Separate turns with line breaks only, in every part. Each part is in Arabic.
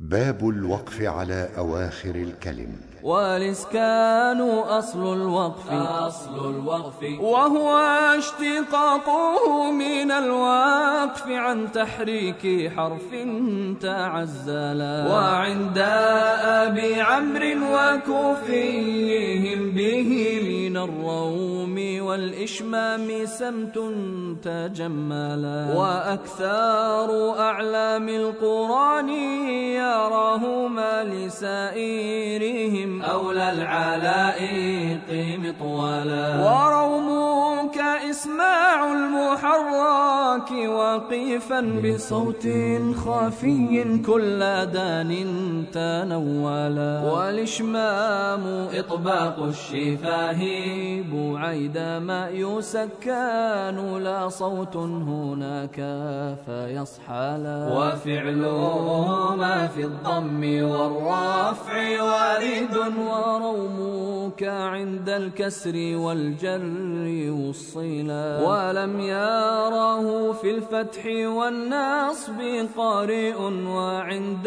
باب الوقف على أواخر الكلم
والإسكان أصل الوقف
أصل الوقف
وهو اشتقاقه من الوقف عن تحريك حرف تعزلا وعند أبي عمرو وكوفيهم به من الروم والإشمام سمت تجملا وأكثر أعلام القرآن يراهما لسائرهم
أولى العلائق مطولا
وروم كإسماع المحرك وقيفا بصوت خفي كل دان تنولا والإشمام
إطباق الشفاه
بعيد ما يسكان لا صوت هناك فيصحلا
وفعلهما في الضم والرفع وارد
ورومك عند الكسر والجر وصلا ولم يره في الفتح والنصب قارئ وعند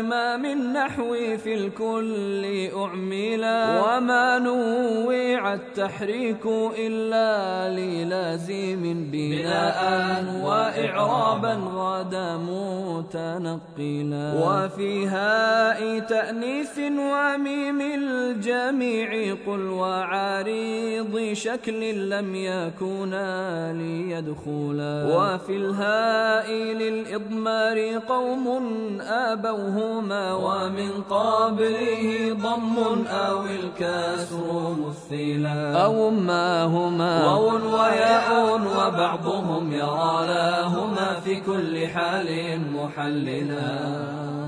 إمام النحو في الكل أعملا وما نوع التحريك إلا للازم بناء وإعرابا غدا متنقلا وفي هاء تأنيث وميم الجميع قل وعريض شكل لم يكونا ليدخلا وفي الهاء للإضمار قوم أبوهما ومن قبله ضم أو الكسر مثلا أو ما هما
واو وياء وبعضهم يرى لهما في كل حال محللا